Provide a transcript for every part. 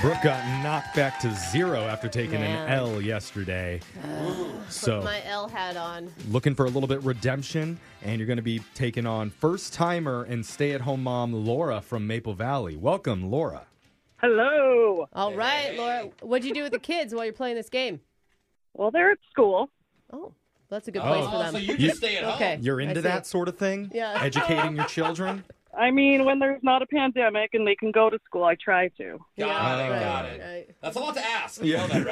Brooke got knocked back to zero after taking Man. an L yesterday. so, My L hat on. looking for a little bit redemption, and you're going to be taking on first timer and stay at home mom Laura from Maple Valley. Welcome, Laura. Hello. All right, Laura. What'd you do with the kids while you're playing this game? Well, they're at school. Oh, that's a good place Oh, for them. so you You- just stay at home. okay. You're into I see. that sort of thing? Yeah. Educating your children? I mean, when there's not a pandemic and they can go to school, I try to. Got Yeah, it. right, Got it. right. That's a lot to ask. Yeah. Yeah. Know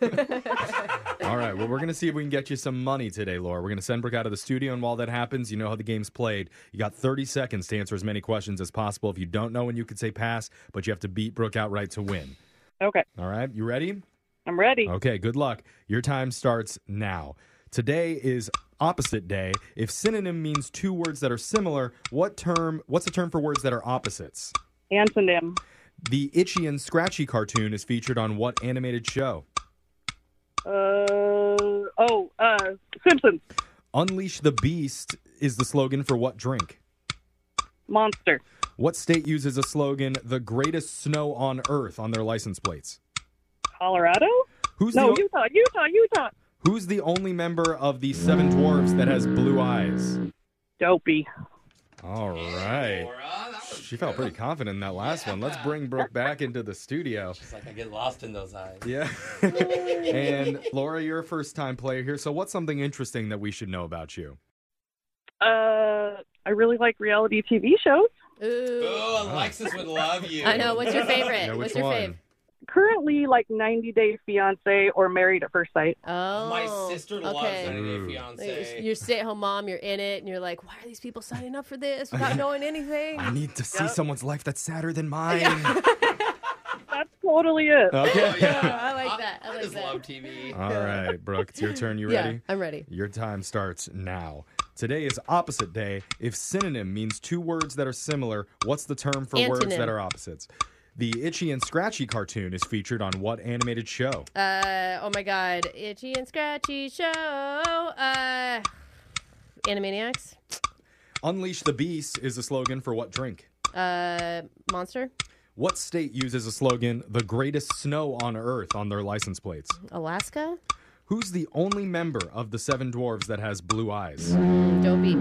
that, right? All right. Well, we're going to see if we can get you some money today, Laura. We're going to send Brooke out of the studio, and while that happens, you know how the game's played. You got 30 seconds to answer as many questions as possible. If you don't know, and you could say pass, but you have to beat Brooke outright to win. Okay, All right. You ready? I'm ready. Okay. Good luck. Your time starts now. Today is opposite day. If synonym means two words that are similar, what term? What's the term for words that are opposites? Antonym, The Itchy and Scratchy cartoon is featured on what animated show? Uh, oh, uh, Simpsons, Unleash the Beast is the slogan for what drink? Monster, What state uses a slogan, the greatest snow on earth, on their license plates? Colorado? Who's, No, the, Utah, Utah, Utah. who's the only member of the Seven Dwarfs that has blue eyes? Dopey. All right. Laura, that was She felt pretty confident in that last one. Let's bring Brooke back into the studio. It's like I get lost in those eyes. Yeah. and Laura, you're a first time player here. So, what's something interesting that we should know about you? Uh, I really like reality TV shows. Ooh. Oh, Alexis would love you. I know. What's your favorite? Yeah, What's which your one? fave? Currently, like 90 Day Fiance or Married at First Sight. Oh, My sister loves okay. Mm. 90 Day Ooh. Fiance. You're stay-at-home mom. You're in it, and you're like, "Why are these people signing up for this without knowing anything?" I need to see Yep. someone's life that's sadder than mine. That's totally it. Oh, Okay. I like that. I Oh, I like just love that. Oh. TV. All right, Brooke, it's your turn. You ready? Yeah, I'm ready. Your time starts now. Today is opposite day. If synonym means two words that are similar, what's the term for words Antonym. that are opposites? The Itchy and Scratchy cartoon is featured on what animated show? Uh, oh my God, itchy and scratchy show. Uh, Animaniacs. Unleash the Beast is the slogan for what drink? Uh, Monster. What state uses a slogan, the greatest snow on earth, on their license plates? Alaska. Who's the only member of the Seven Dwarves that has blue eyes? Dopey.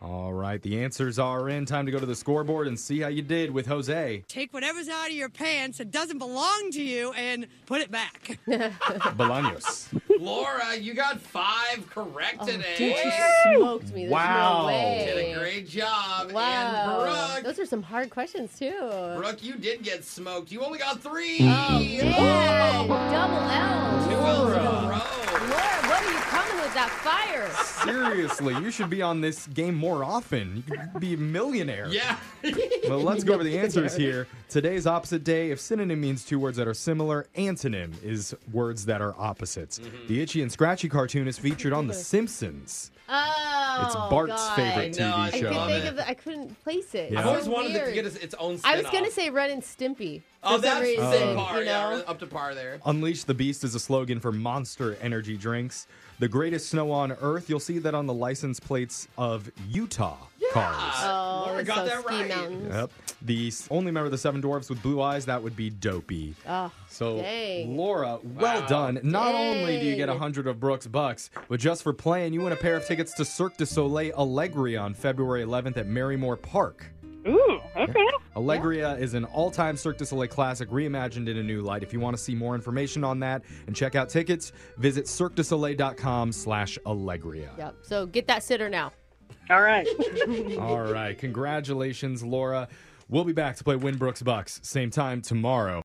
All right, the answers are in. Time to go to the scoreboard and see how you did with Jose. Take whatever's out of your pants that doesn't belong to you and put it back. Bolaños. Laura, you got five correct today. Oh, Dude, she smoked me. There's Wow. No way. Did a great job. Wow. And Brooke, Those are some hard questions too. Brooke, you did get smoked. You only got three. Oh man, double L. Two L's in a row. Laura, what are you coming with that fire? Seriously, you should be on this game more often. You could be a millionaire. Yeah. Well, let's go over the answers here. Today's opposite day. If synonym means two words that are similar, antonym is words that are opposites. Mm-hmm. The Itchy and Scratchy cartoon is featured on The Simpsons. Oh, It's Bart's God. favorite I know, TV I I show. could Love think it. of the, I couldn't place it. I've Yeah. It's always so wanted it to weird. get its, its own spin I was gonna say Ren and Stimpy. Oh, for that's some reason, the same par. you Yeah, know. up to par there. Unleash the Beast is a slogan for monster energy drinks. The greatest snow on earth, you'll see that on the license plates of Utah cars. Oh, Laura got so that ski right. mountains. Yep. The s- only member of the Seven Dwarfs with blue eyes, that would be Dopey. Oh, So, dang. Laura, well Wow. done. Not only do you get a Dang. 100 of Brooks bucks, but just for playing, you win a pair of tickets to Cirque du Soleil Allegria on February 11th at Merrymore Park. Ooh, okay. Allegria is an all time Cirque du Soleil classic reimagined in a new light. If you want to see more information on that and check out tickets, visit cirquedusoleil.com slash Allegria. Yep. So get that sitter now. All right. All right. Congratulations, Laura. We'll be back to play Win Brooks Bucks same time tomorrow.